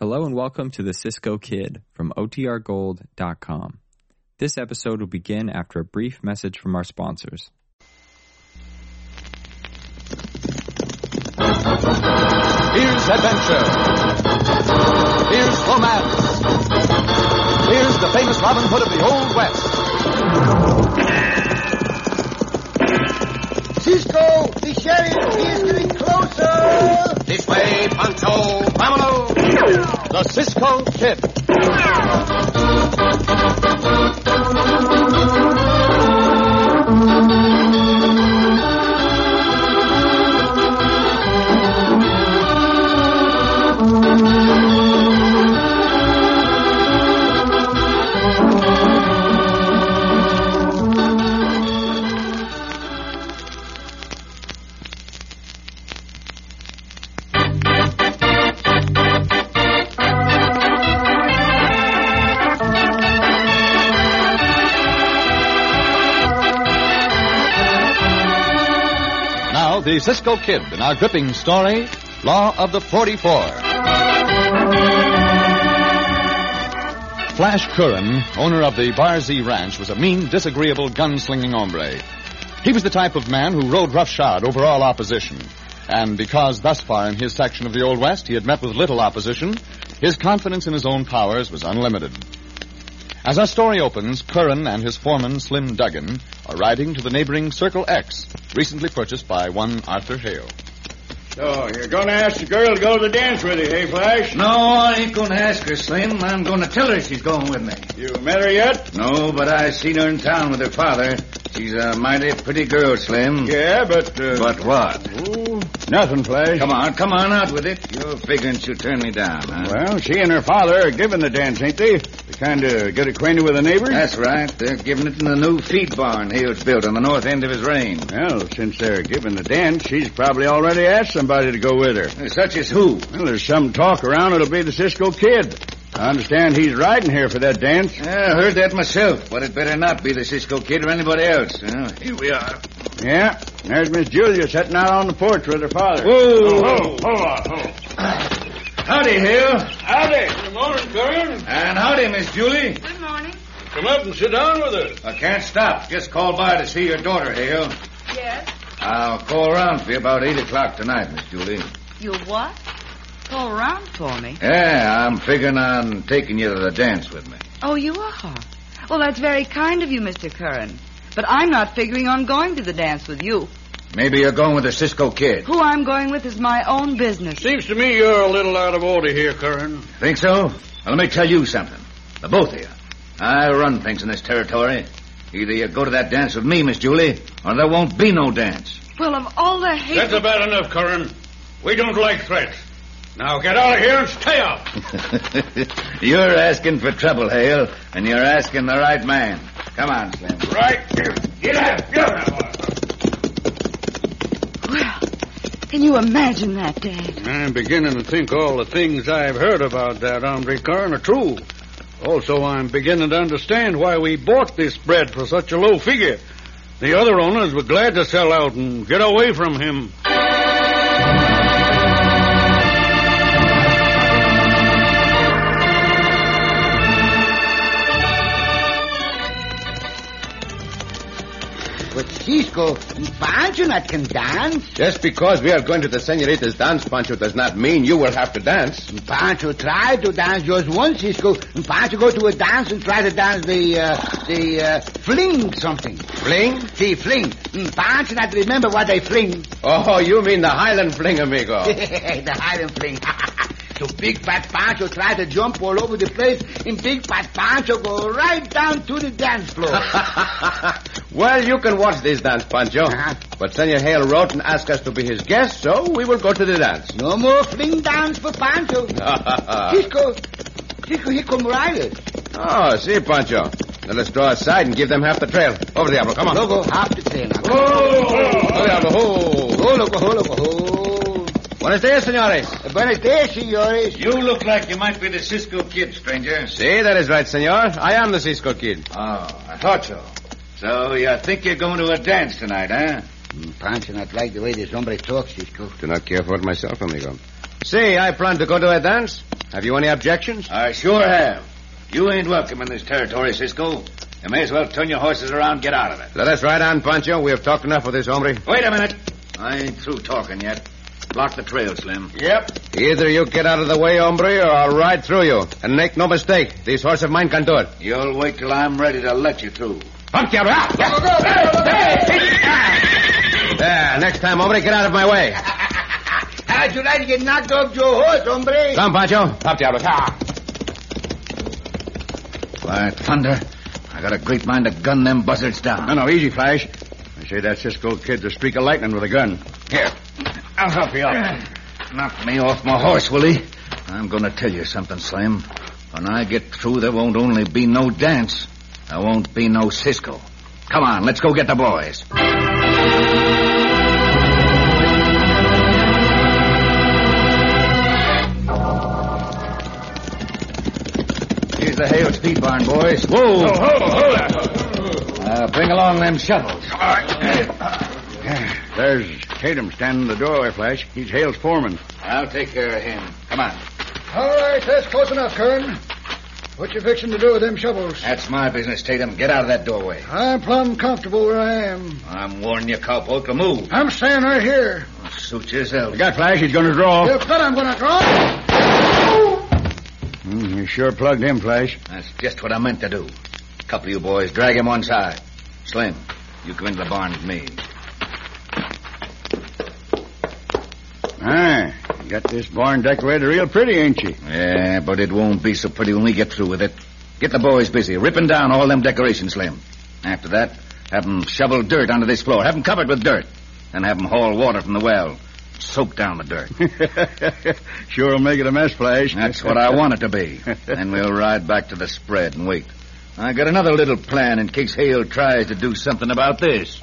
Hello and welcome to the Cisco Kid from OTRGold.com. This episode will begin after a brief message from our sponsors. Here's adventure. Here's romance. Here's the famous Robin Hood of the Old West. Cisco, the sheriff is getting closer. This way, Pancho. Vámonos. The Cisco Kid. Now, the Cisco Kid in our gripping story, Law of the 44. Flash Curran, owner of the Barzee Ranch, was a mean, disagreeable, gunslinging hombre. He was the type of man who rode roughshod over all opposition. And because thus far in his section of the Old West he had met with little opposition, his confidence in his own powers was unlimited. As our story opens, Curran and his foreman, Slim Duggan, are riding to the neighboring Circle X, recently purchased by one Arthur Hale. So you're going to ask the girl to go to the dance with you, hey, Flash? No, I ain't going to ask her, Slim. I'm going to tell her she's going with me. You met her yet? No, but I seen her in town with her father. She's a mighty pretty girl, Slim. Yeah, but. Uh, But what? Ooh, nothing, Flash. Come on, come on out with it. You're figuring she'll turn me down, huh? Well, she and her father are giving the dance, ain't they? To kind of get acquainted with the neighbors. That's right. They're giving it in the new feed barn Hale's built on the north end of his range. Well, since they're giving the dance, she's probably already asked somebody to go with her. Such as who? Well, there's some talk around it'll be the Cisco Kid. I understand he's riding here for that dance. Yeah, I heard that myself, but it better not be the Cisco kid or anybody else. Well, here we are. Yeah, there's Miss Julia sitting out on the porch with her father. Oh, on, Whoa! hold on. Howdy, Uh, Hale. Howdy. Good morning, Curran. And howdy, Miss Julie. Good morning. Come up and sit down with us. I can't stop. Just called by to see your daughter, Hale. Yes. I'll call around for you about 8 o'clock tonight, Miss Julie. You what? Go around for me. Yeah, I'm figuring on taking you to the dance with me. Oh, you are. Well, that's very kind of you, Mr. Curran. But I'm not figuring on going to the dance with you. Maybe you're going with the Cisco kid. Who I'm going with is my own business. Seems to me you're a little out of order here, Curran. Think so? Well, let me tell you something. The both of you. I run things in this territory. Either you go to that dance with me, Miss Julie, or there won't be no dance. Well, of all the hate. That's about enough, Curran. We don't like threats. Now get out of here and stay out. you're asking for trouble, Hale, and you're asking the right man. Come on, Slim. Right here. Get out. Get out. Well, can you imagine that, Dad? I'm beginning to think all the things I've heard about that hombre Curran are true. Also, I'm beginning to understand why we bought this bread for such a low figure. The other owners were glad to sell out and get away from him. But Cisco, Pancho not can dance. Just because we are going to the senorita's dance, Pancho, does not mean you will have to dance. Pancho tried to dance just once, Cisco. Pancho go to a dance and try to dance the, uh, the, uh, fling something. Fling? See, fling. Hmm, Pancho not remember what they fling. Oh, you mean the Highland fling, amigo. the hiding fling. so Big Fat Pancho tried to jump all over the place, and Big Fat Pancho go right down to the dance floor. well, you can watch this dance, Pancho. Uh-huh. But Senor Hale wrote and asked us to be his guest, so we will go to the dance. no more fling dance for Pancho. Cisco, Cisco, he come rider. oh, see, Pancho. Now let's draw aside and give them half the trail. Over, Diablo, come on. Logo, half the train. Over, Diablo, ho. Oh, loco, oh, loco, oh. Buenos dias, senores. Buenos days, senores. You look like you might be the Cisco kid, stranger. See, that is right, senor. I am the Cisco Kid. Oh, I thought so. So you think you're going to a dance tonight, huh? Mm, Pancho not like the way this hombre talks, Cisco. Do not care for it myself, amigo. See, I plan to go to a dance. Have you any objections? I sure have. You ain't welcome in this territory, Cisco. You may as well turn your horses around and get out of it. Let us ride on, Pancho. We have talked enough with this hombre. Wait a minute. I ain't through talking yet. Block the trail, Slim. Yep. Either you get out of the way, hombre, or I'll ride through you. And make no mistake, these horses of mine can do it. ah! You'll wait till I'm ready to let you through. Pump you out! There, next time, hombre, get out of my way. How'd you like to get knocked off your horse, hombre? Come, Pancho. Pump you out. Why, thunder. I got a great mind to gun them buzzards down. no, easy, Flash. I say that Cisco kid's a streak of lightning with a gun. Here. I'll help you up. Knock me off my horse, will he? I'm going to tell you something, Slim. When I get through, there won't only be no dance. There won't be no Cisco. Come on, let's go get the boys. Here's the Hale Speed Barn, boys. Whoa! Uh, bring along them shovels. There's Tatum standing in the doorway, Flash. He's Hale's foreman. I'll take care of him. Come on. All right, that's close enough, Kern. What you fixing to do with them shovels? That's my business, Tatum. Get out of that doorway. I'm plumb comfortable where I am. I'm warning you, cowpoke, to move. I'm staying right here. Suit yourself. You got Flash. He's going to draw. You bet I'm gonna draw. Mm, you sure plugged him, Flash. That's just what I meant to do. Couple of you boys, drag him one side. Slim, you come into the barn with me. Ah, you got this barn decorated real pretty, ain't you? Yeah, but it won't be so pretty when we get through with it. Get the boys busy, ripping down all them decorations, Slim. After that, have 'em shovel dirt onto this floor. Have 'em covered with dirt. Then have 'em haul water from the well. Soak down the dirt. sure will make it a mess, Flash. That's what I want it to be. Then we'll ride back to the spread and wait. I got another little plan in case Hale tries to do something about this.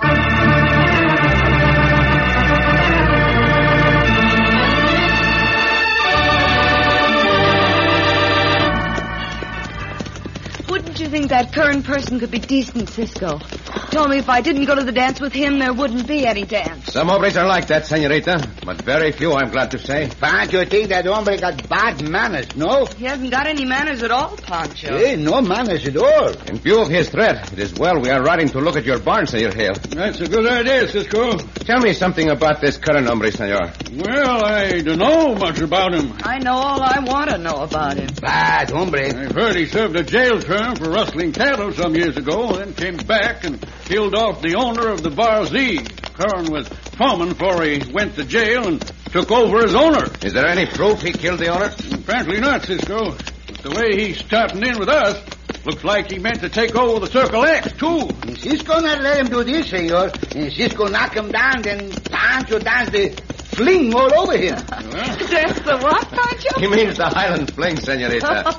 Wouldn't you think that Kern person could be decent, Cisco? Told me if I didn't go to the dance with him, there wouldn't be any dance. Some hombres are like that, senorita, but very few, I'm glad to say. Pancho think that hombre got bad manners, no? He hasn't got any manners at all, Pancho. Hey, no manners at all. In view of his threat, it is well we are riding to look at your barn, Senor Hale. That's a good idea, Cisco. Tell me something about this current hombre, senor. Well, I don't know much about him. I know all I want to know about him. Bad hombre. I've heard he served a jail term for rustling cattle some years ago, then came back and killed off the owner of the Bar Z. Curran was foreman before he went to jail and took over as owner. Is there any proof he killed the owner? Apparently not, Cisco. But the way he's starting in with us, looks like he meant to take over the Circle X, too. And Cisco not let him do this, senor. And Cisco knock him down, then Pancho dance the fling all over him. That's the what, Pancho? He means the Highland Fling, senorita.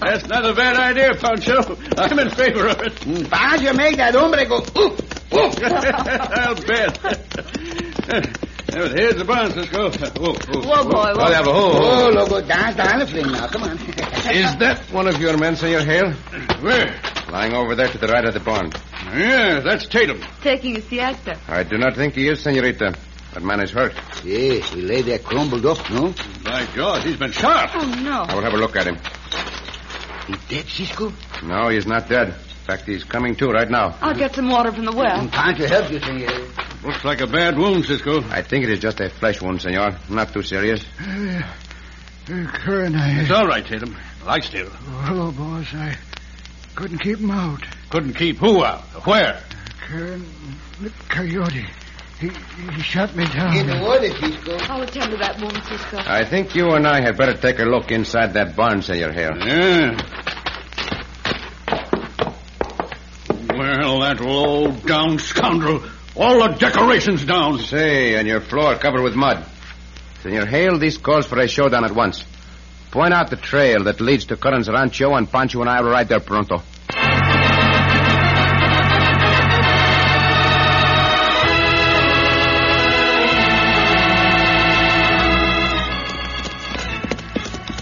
That's not a bad idea, Pancho. I'm in favor of it. And Mm, Pancho make that hombre go, ooh, ooh. I'll bet. Well, Here's the barn, Cisco. Whoa, whoa. Whoa, boy, Oh, whoa. yeah, but who- Oh, loco, dance the Highland fling now. Come on. Is that one of your men, Senor Hale? Where? Lying over there to the right of the barn. Yeah, that's Tatum. Taking a siesta. I do not think he is, senorita. That man is hurt. yeah, he lay there crumbled up, no? By God, he's been shot. Oh, no. I will have a look at him. He dead, Cisco? No, he's not dead. In fact, he's coming to right now. I'll get some water from the well. And Pancho help you, senor. Looks like a bad wound, Cisco. I think it is just a flesh wound, senor. Not too serious. Curran, I. It's all right, Tatum. Lie still. Oh, hello, boss. I couldn't keep him out. Couldn't keep who out? Where? Curran, the coyote. He, he shot me In down. the water, Cisco. I'll attend to that wound, Cisco. I think you and I had better take a look inside that barn, senor Hale. Yeah. Well, that old down scoundrel. All the decorations down. Say, and your floor covered with mud. Senor Hale, this calls for a showdown at once. Point out the trail that leads to Curran's Rancho, and Pancho and I will ride there pronto.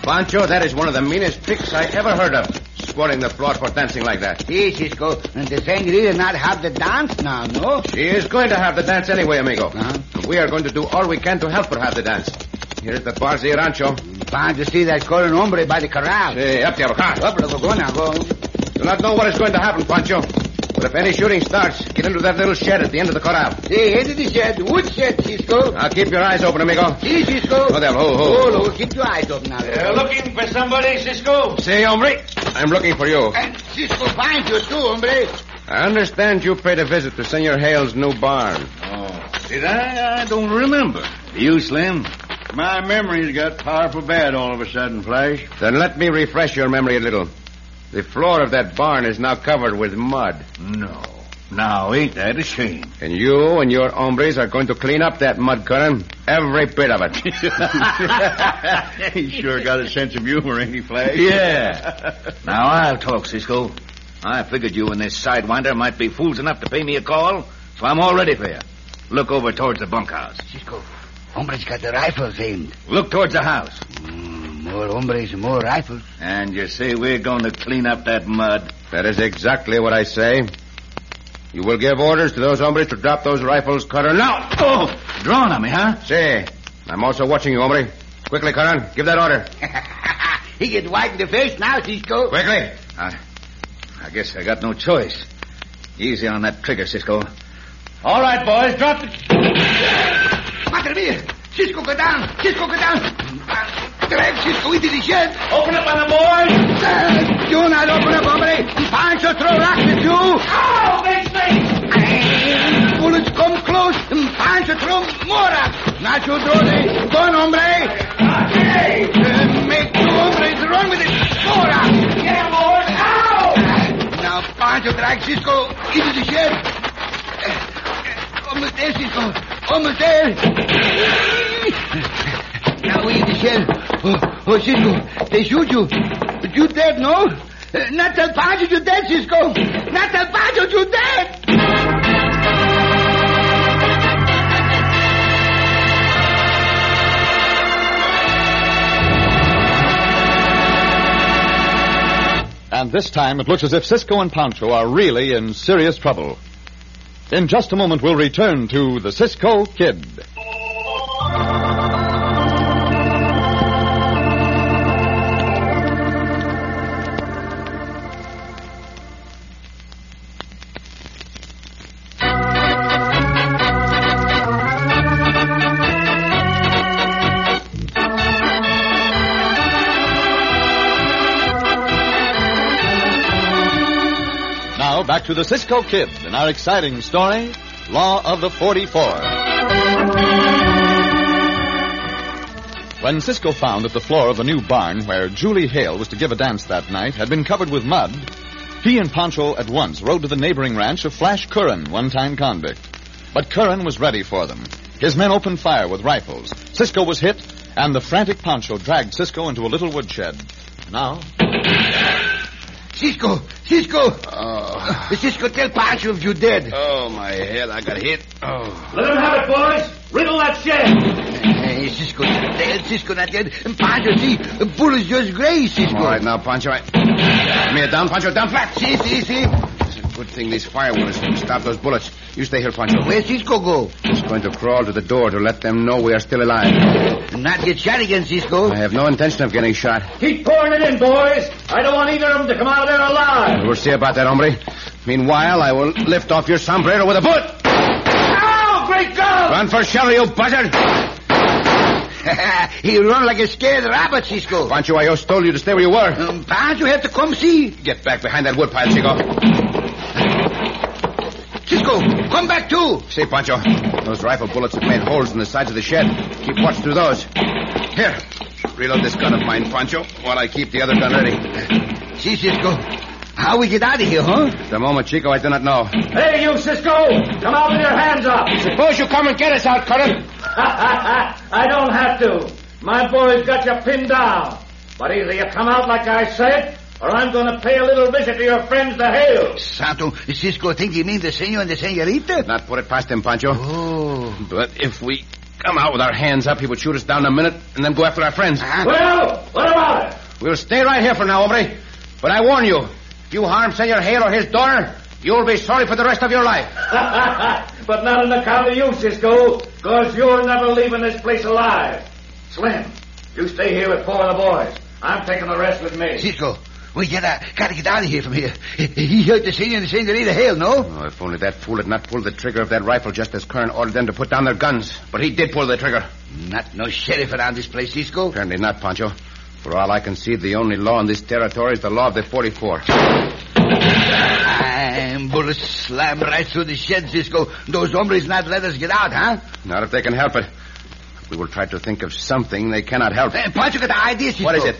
Pancho, that is one of the meanest tricks I ever heard of. Squatting the floor for dancing like that. See, Cisco, and the senorita not have the dance now, no? She is going to have the dance anyway, amigo. Uh-huh. We are going to do all we can to help her have the dance. Here is the Barzi Rancho. Bound to see that current hombre by the corral. Hey, up there, Bacar. Up, loco, go now, go. Do not know what is going to happen, Pancho. But if any shooting starts, get into that little shed at the end of the corral. Hey, head of the shed, wood shed, Cisco. Now keep your eyes open, amigo. See, Cisco. Oh, there, ho, Oh, ho. loco, keep your eyes open now. loco. looking for somebody, Cisco? Say, hombre, I'm looking for you. And Cisco finds you too, hombre. I understand you paid a visit to Senor Hale's new barn. Oh, did I? I don't remember. You, Slim? My memory's got powerful bad all of a sudden, Flash. Then let me refresh your memory a little. The floor of that barn is now covered with mud, No. Now, ain't that a shame? and you and your hombres are going to clean up that mud, Curran. Every bit of it. he sure got a sense of humor, ain't he, Flash? Yeah. now, I'll talk, Cisco. I figured you and this sidewinder might be fools enough to pay me a call, so I'm all ready for you. Look over towards the bunkhouse. Cisco, hombre's got the rifles aimed. Look towards the house. Mm, more hombres, more rifles. And you say we're going to clean up that mud. that is exactly what I say. You will give orders to those hombres to drop those rifles, Curran, now! Oh, drawn on me, huh? Say, I'm also watching you, hombre. Quickly, Curran, give that order. he get white in the face now, Cisco. Quickly! I, I guess I got no choice. Easy on that trigger, Cisco. All right, boys, drop the. Madre mia! Cisco, go down! Cisco, go down! Uh, Drive Cisco into the shed! Open up on the boys! Uh, do not open up, hombre! Pancho throw rocks at you! Oh, makes me! Bullets come close, and Pancho throw more rocks! Not you throw the gun, hombre! Hey! Uh, make two hombres run with it! More rocks! Get him, boy! Now! Now, Pancho drag Cisco into the shed! Uh, uh, Almost there, Cisco! Almost there! Now we in the shell. Oh, oh, Cisco, they shoot you. But you dead, no? Uh, Not the Pancho, you dead, Cisco. Not the Pancho, you dead. And this time it looks as if Cisco and Pancho are really in serious trouble. In just a moment, we'll return to the Cisco Kid. Now, back to the Cisco Kid and our exciting story Law of the 44. When Cisco found that the floor of the new barn where Julie Hale was to give a dance that night had been covered with mud, he and Pancho at once rode to the neighboring ranch of Flash Curran, one time convict. But Curran was ready for them. His men opened fire with rifles. Cisco was hit, and the frantic Pancho dragged Cisco into a little woodshed. Now, Cisco, Cisco. Oh, Uh, Cisco, tell Pancho if you dead. Oh, my e head, I got hit. Oh. Let him have it, boys. Riddle that shed. Hey, É, Cisco not dead, Cisco not dead. And Pancho, see, the bullet's just gray, Cisco. All right, now, Pancho, I... Give me it down, Pancho, down flat. See, see, see. It's a good thing these firewood to stop those bullets. You stay here, Pancho. Where Cisco go? Just going to crawl to the door to let them know we are still alive. Not get shot again, Cisco. I have no intention of getting shot. Keep pouring it in, boys. I don't want either of them to come out of there alive. We'll see about that, hombre. Meanwhile, I will lift off your sombrero with a bullet. Ow, great God! Run for shelter, you buzzard! he run like a scared rabbit, Cisco. Pancho, I just told you to stay where you were. Um, Pancho have to come see. Get back behind that woodpile, Chico. Cisco, come back too. See, Pancho, those rifle bullets have made holes in the sides of the shed. Keep watch through those. Here, reload this gun of mine, Pancho, while I keep the other gun ready. See, Cisco, how we get out of here, huh? At the moment, Chico, I do not know. Hey, you, Cisco! Come out with your hands up! Suppose you come and get us out, Curran. I don't have to. My boy's got you pinned down. But either you come out like I said, or I'm going to pay a little visit to your friends, the Hales. Santo, Cisco think you mean the senor and the senorita? Not put it past him, Pancho. Oh. But if we come out with our hands up, he would shoot us down in a minute and then go after our friends. Uh-huh. Well, what about it? We'll stay right here for now, hombre. But I warn you, if you harm Senor Hale or his daughter, you'll be sorry for the rest of your life. but not on account of you, Cisco, because you're never leaving this place alive. Slim, You stay here with four of the boys. I'm taking the rest with me. Cisco, we get out, gotta get out of here from here. He hurt the senior and the senorita Hale, no? Oh, if only that fool had not pulled the trigger of that rifle just as Kern ordered them to put down their guns. But he did pull the trigger. Not no sheriff around this place, Cisco. Apparently not, Pancho. For all I can see, the only law in this territory is the law of the 44. I'm bullet slam right through the shed, Cisco. Those hombres not let us get out, huh? Not if they can help it. We will try to think of something they cannot help. Hey, Pancho got the idea, Cisco. What is it?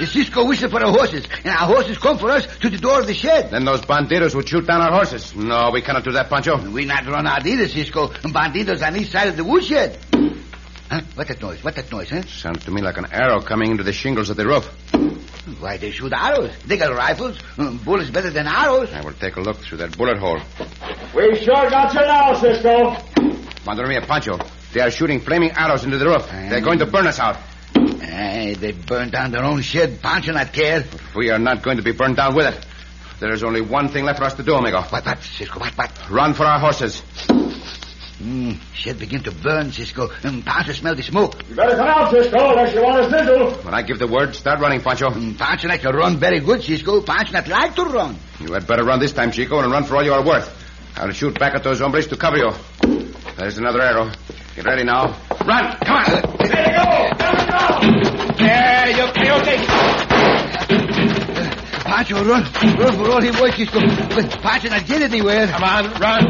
The Cisco whistled for our horses, and our horses come for us to the door of the shed. Then those banditos would shoot down our horses. No, we cannot do that, Pancho. We not run out either, Cisco. Banditos on each side of the woodshed. Huh? What that noise? What that noise, huh? Sounds to me like an arrow coming into the shingles of the roof. Why, they shoot arrows. They got rifles. Uh, Bullets better than arrows. I will take a look through that bullet hole. We sure got you now, Cisco. Madre mia, Pancho. They are shooting flaming arrows into the roof. They're going to burn us out. Hey, they burned down their own shed. Pancho not care. We are not going to be burned down with it. There is only one thing left for us to do, amigo. What, what, Cisco? What, what? Run for our horses. Mm, shed begin to burn, Cisco. Mm, And Pancho smell the smoke. You better come out, Cisco, unless you want a sizzle. When I give the word, start running, Pancho. Mm, Pancho like to run very good, Cisco. Pancho not like to run. You had better run this time, Chico, and run for all you are worth. I'll shoot back at those hombres to cover you. There's another arrow. Get ready now. Run! Come on! Let it go. Let it go. Yeah, you coyote. Pancho, run. Run for all he wants, Cisco. But Pancho not get anywhere. Come on, run.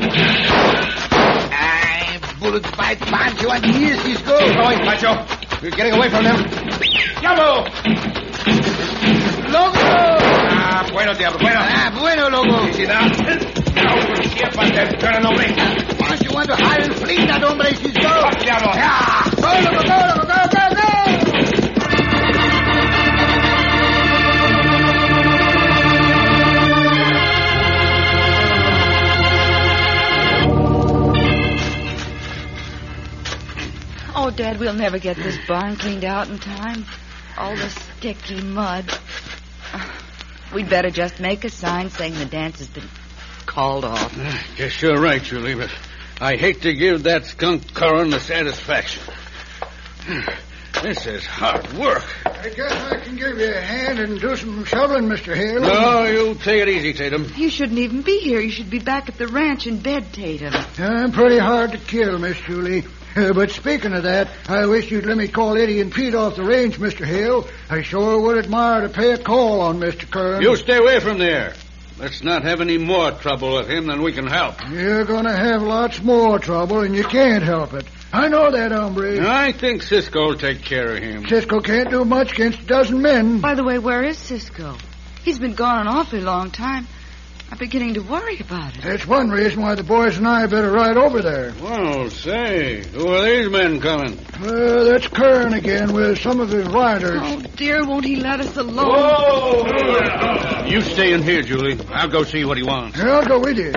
I bullet bite Pancho and here, Cisco. Going, Pancho. We're getting away from them. Jumbo. Loco! Ah, bueno, diablo, bueno. Ah, bueno, Loco. See now? Now, here, Pancho. Turn on hombre. Pancho want to hide and flee that hombre, Cisco. Fuck, diablo. Ah, go, Loco, go, Loco, go, go, go! Oh, Dad, we'll never get this barn cleaned out in time. All the sticky mud. Uh, We'd better just make a sign saying the dance has been called off. Guess you're right, Julie, but I hate to give that skunk Curran the satisfaction. This is hard work. I guess I can give you a hand and do some shoveling, Mr. Hale. No, you take it easy, Tatum. You shouldn't even be here. You should be back at the ranch in bed, Tatum. I'm pretty hard to kill, Miss Julie. Uh, but speaking of that, I wish you'd let me call Eddie and Pete off the range, Mr. Hale. I sure would admire to pay a call on Mr. Kern. You stay away from there. Let's not have any more trouble with him than we can help. You're gonna have lots more trouble, and you can't help it. I know that, hombre. I think Cisco'll take care of him. Cisco can't do much against a dozen men. By the way, where is Cisco? He's been gone an awfully long time. I'm beginning to worry about it. That's one reason why the boys and I better ride over there. Well, say, who are these men coming? Uh, that's Kern again with some of his riders. Oh, dear, won't he let us alone? Whoa! You stay in here, Julie. I'll go see what he wants. Here, I'll go with you.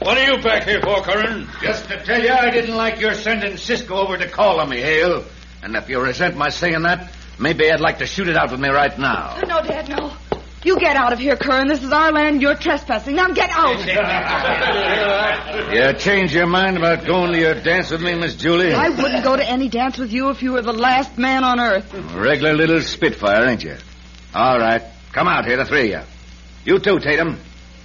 What are you back here for, Curran? Just to tell you, I didn't like your sending Cisco over to call on me, Hale. And if you resent my saying that, maybe I'd like to shoot it out with me right now. No, Dad, no. You get out of here, Curran. This is our land. You're trespassing. Now get out. You change your mind about going to your dance with me, Miss Julie? I wouldn't go to any dance with you if you were the last man on earth. Regular little spitfire, ain't you? All right. Come out here, the three of you. You too, Tatum.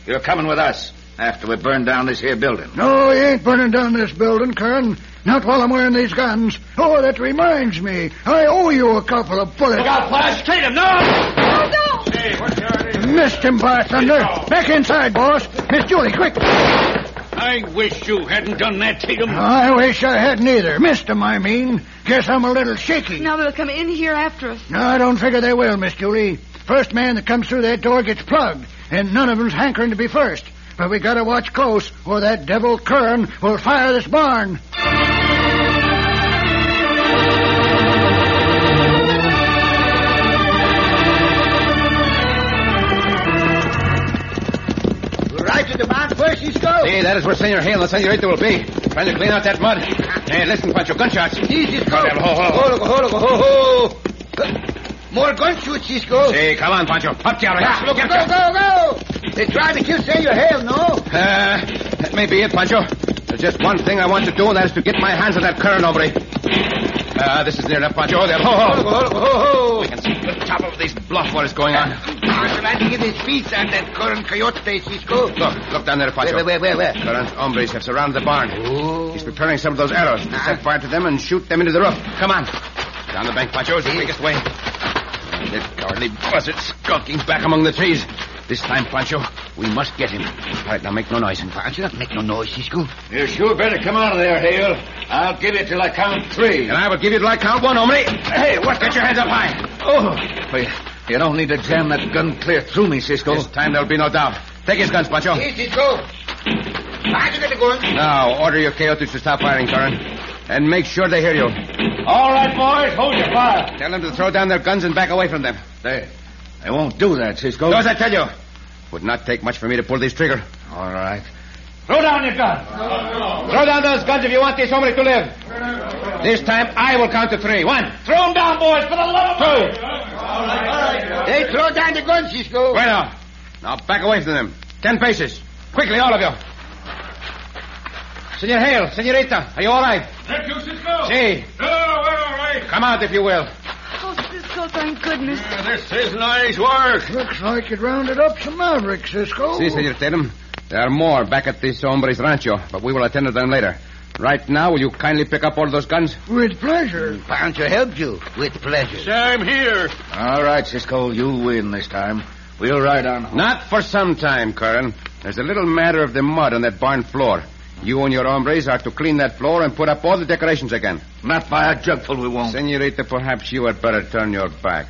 You're coming with us after we burn down this here building. No, Oh, he ain't burning down this building, Kern. Not while I'm wearing these guns. Oh, that reminds me. I owe you a couple of bullets. Got flash. Treat him. No. Oh, no! Hey, what's your idea? Missed him by thunder. Back inside, boss. Miss Julie, quick. I wish you hadn't done that, Tatum. I wish I hadn't either. Missed him, I mean. Guess I'm a little shaky. Now they'll come in here after us. No, I don't figure they will, Miss Julie. First man that comes through that door gets plugged, and none of 'em's hankering to be first. But we gotta watch close, or that devil Kern will fire this barn. Right to the barn first, Cisco. Hey, that is where Senor Hale and Senorita will be. Trying to clean out that mud. Hey, listen, Pancho, gunshots. See, Cisco. Ho, ho, ho. Ho, loco, ho, loco, ho, ho. More gunshots, Cisco. Ah, Hey, come on, Pancho. Up the arrow. Go, Get go, up. go, go. They tried to kill Senor Hale, no? Uh, that may be it, Pancho. There's just one thing I want to do, and that is to get my hands on that current, hombre. Uh, this is near enough, Pancho. There. Ho, ho, ho, ho, ho. We can see the top of this bluff what is going on. I'm landing in his feet and that current coyote, Cisco. Look, look down there, Pancho. Where, where, where, where? Current hombres have surrounded the barn. He's preparing some of those arrows to set fire to them and shoot them into the roof. Come on. Down the bank, Pancho, is the quickest way. This cowardly buzzard skulking back among the trees. This time, Pancho, we must get him. All right, now make no noise. Pancho, make no noise, Cisco. You sure better come out of there, Hale. I'll give you till I count three. And I will give you till I count one, hombre. Hey, what? Get your hands up high. Oh, well, you don't need to jam that gun clear through me, Cisco. This time there'll be no doubt. Take his guns, Pancho. Here, Cisco. Pancho, get the gun. Now, order your coyotes to stop firing, Curran. And make sure they hear you. All right, boys, hold your fire. Tell them to throw down their guns and back away from them. They, they won't do that, Cisco. Do as I tell you. Would not take much for me to pull this trigger. All right. Throw down your gun. Throw down those guns if you want this hombre to live. This time I will count to three. One. Throw 'em down, boys, for the love of Two. Hey, throw down the gun, Cisco. Right now. Now back away from them. Ten paces. Quickly, all of you. Senor Hale, senorita, are you all right? Thank you, Cisco. See, No, we're all right. come out if you will. Oh, Cisco, thank goodness. This is nice work. Looks like you'd rounded up some mavericks, Cisco. See, Senor Tatum, there are more back at this hombre's rancho, but we will attend to them later. Right now, will you kindly pick up all those guns? With pleasure. Pancho help you. With pleasure. I'm here. All right, Cisco, you win this time. We'll ride on home. Not for some time, Curran. There's a little matter of the mud on that barn floor. You and your hombres are to clean that floor and put up all the decorations again. Not by a jugful, we won't. Senorita, perhaps you had better turn your back.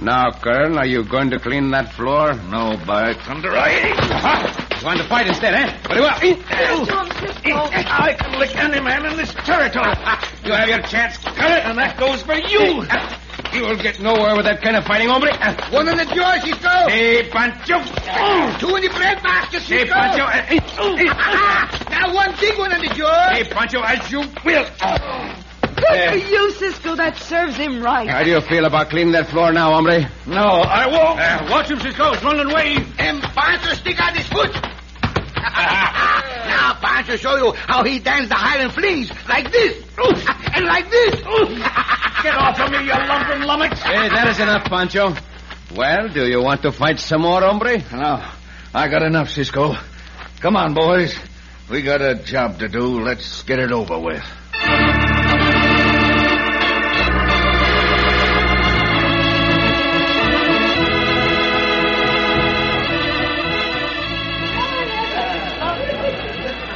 Now, Curran, are you going to clean that floor? No, by thunder, I... Huh? You want to fight instead, eh? Very well. Come, Cisco. I can lick any man in this territory. You have your chance, Curran, and that goes for you. You will get nowhere with that kind of fighting, hombre. One in the jaw, Cisco. Hey, Pancho. Two in the breadbasket, Cisco. Hey, Pancho. Hey, Now one big one in the jaw. hey, Pancho, as you will. Good for you, Cisco. That serves him right. How do you feel about cleaning that floor now, hombre? No, I won't. Uh, watch him, Cisco. He's running away. And Pancho stick out his foot. now Pancho show you how he dance the Highland flings. Like this. And like this. Get off of me, you lumping lummox. Hey, that is enough, Pancho. Well, do you want to fight some more, hombre? No, I got enough, Cisco. Come on, boys. We got a job to do. Let's get it over with.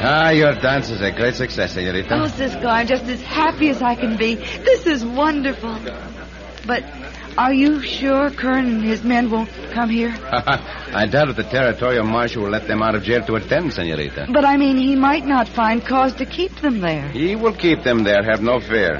Ah, your dance is a great success, senorita. Oh, Cisco, I'm just as happy as I can be. This is wonderful. But are you sure Kern and his men won't come here? I doubt if the territorial marshal will let them out of jail to attend, senorita. But I mean, he might not find cause to keep them there. He will keep them there, have no fear.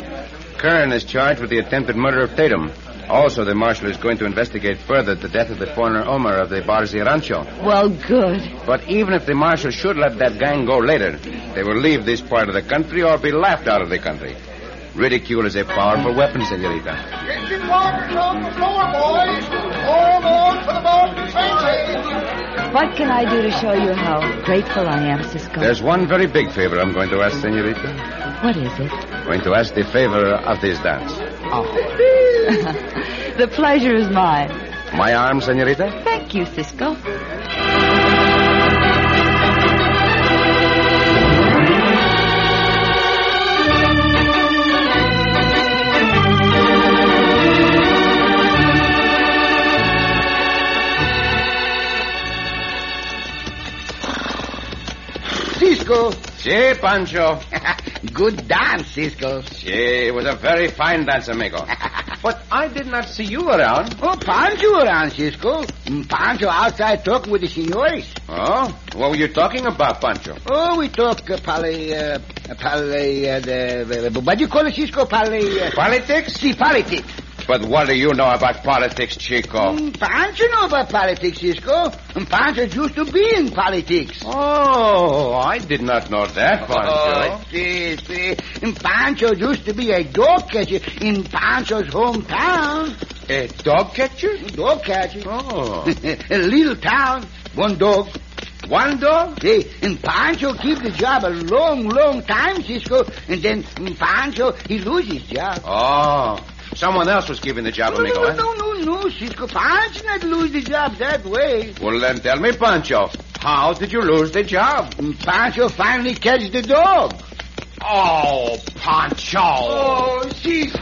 Curran is charged with the attempted murder of Tatum. Also, the marshal is going to investigate further the death of the foreigner Omar of the Barzi Rancho. Well, good. But even if the marshal should let that gang go later, they will leave this part of the country or be laughed out of the country. Ridicule is a powerful weapon, senorita. Engine water's on the floor, boys. All on for the Boston Train. What can I do to show you how grateful I am, Cisco? There's one very big favor I'm going to ask, senorita. What is it? going to ask the favor of this dance. the pleasure is mine. My arm, senorita? Thank you, Cisco. Cisco. Si, Pancho. Good dance, Cisco. She was a very fine dancer, amigo. But I did not see you around. Oh, Pancho around, Cisco. Mm, Pancho outside talking with the senores. Oh? What were you talking about, Pancho? Oh, we talk uh, pali, uh, pali, uh, the, the- what do you call it, Cisco? Pali, uh, Politics? see, politics. But what do you know about politics, Chico? Mm, Pancho know about politics, Cisco. Mm, Pancho used to be in politics. Oh, I did not know that, Oh. Pancho. see, see. Oh, Mm, Pancho used to be a dog catcher in Pancho's hometown. A dog catcher? Dog catcher. Oh. a little town, one dog, One dog? See, and Pancho keep the job a long, long time, Cisco, and then mm, Pancho, he lose his job. Oh, someone else was keeping the job, No, amigo, no, eh? no, no, no, Cisco. Pancho not lose the job that way. Well, then tell me, Pancho, how did you lose the job? Pancho finally catch the dog. Oh, Pancho. Oh, she's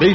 Be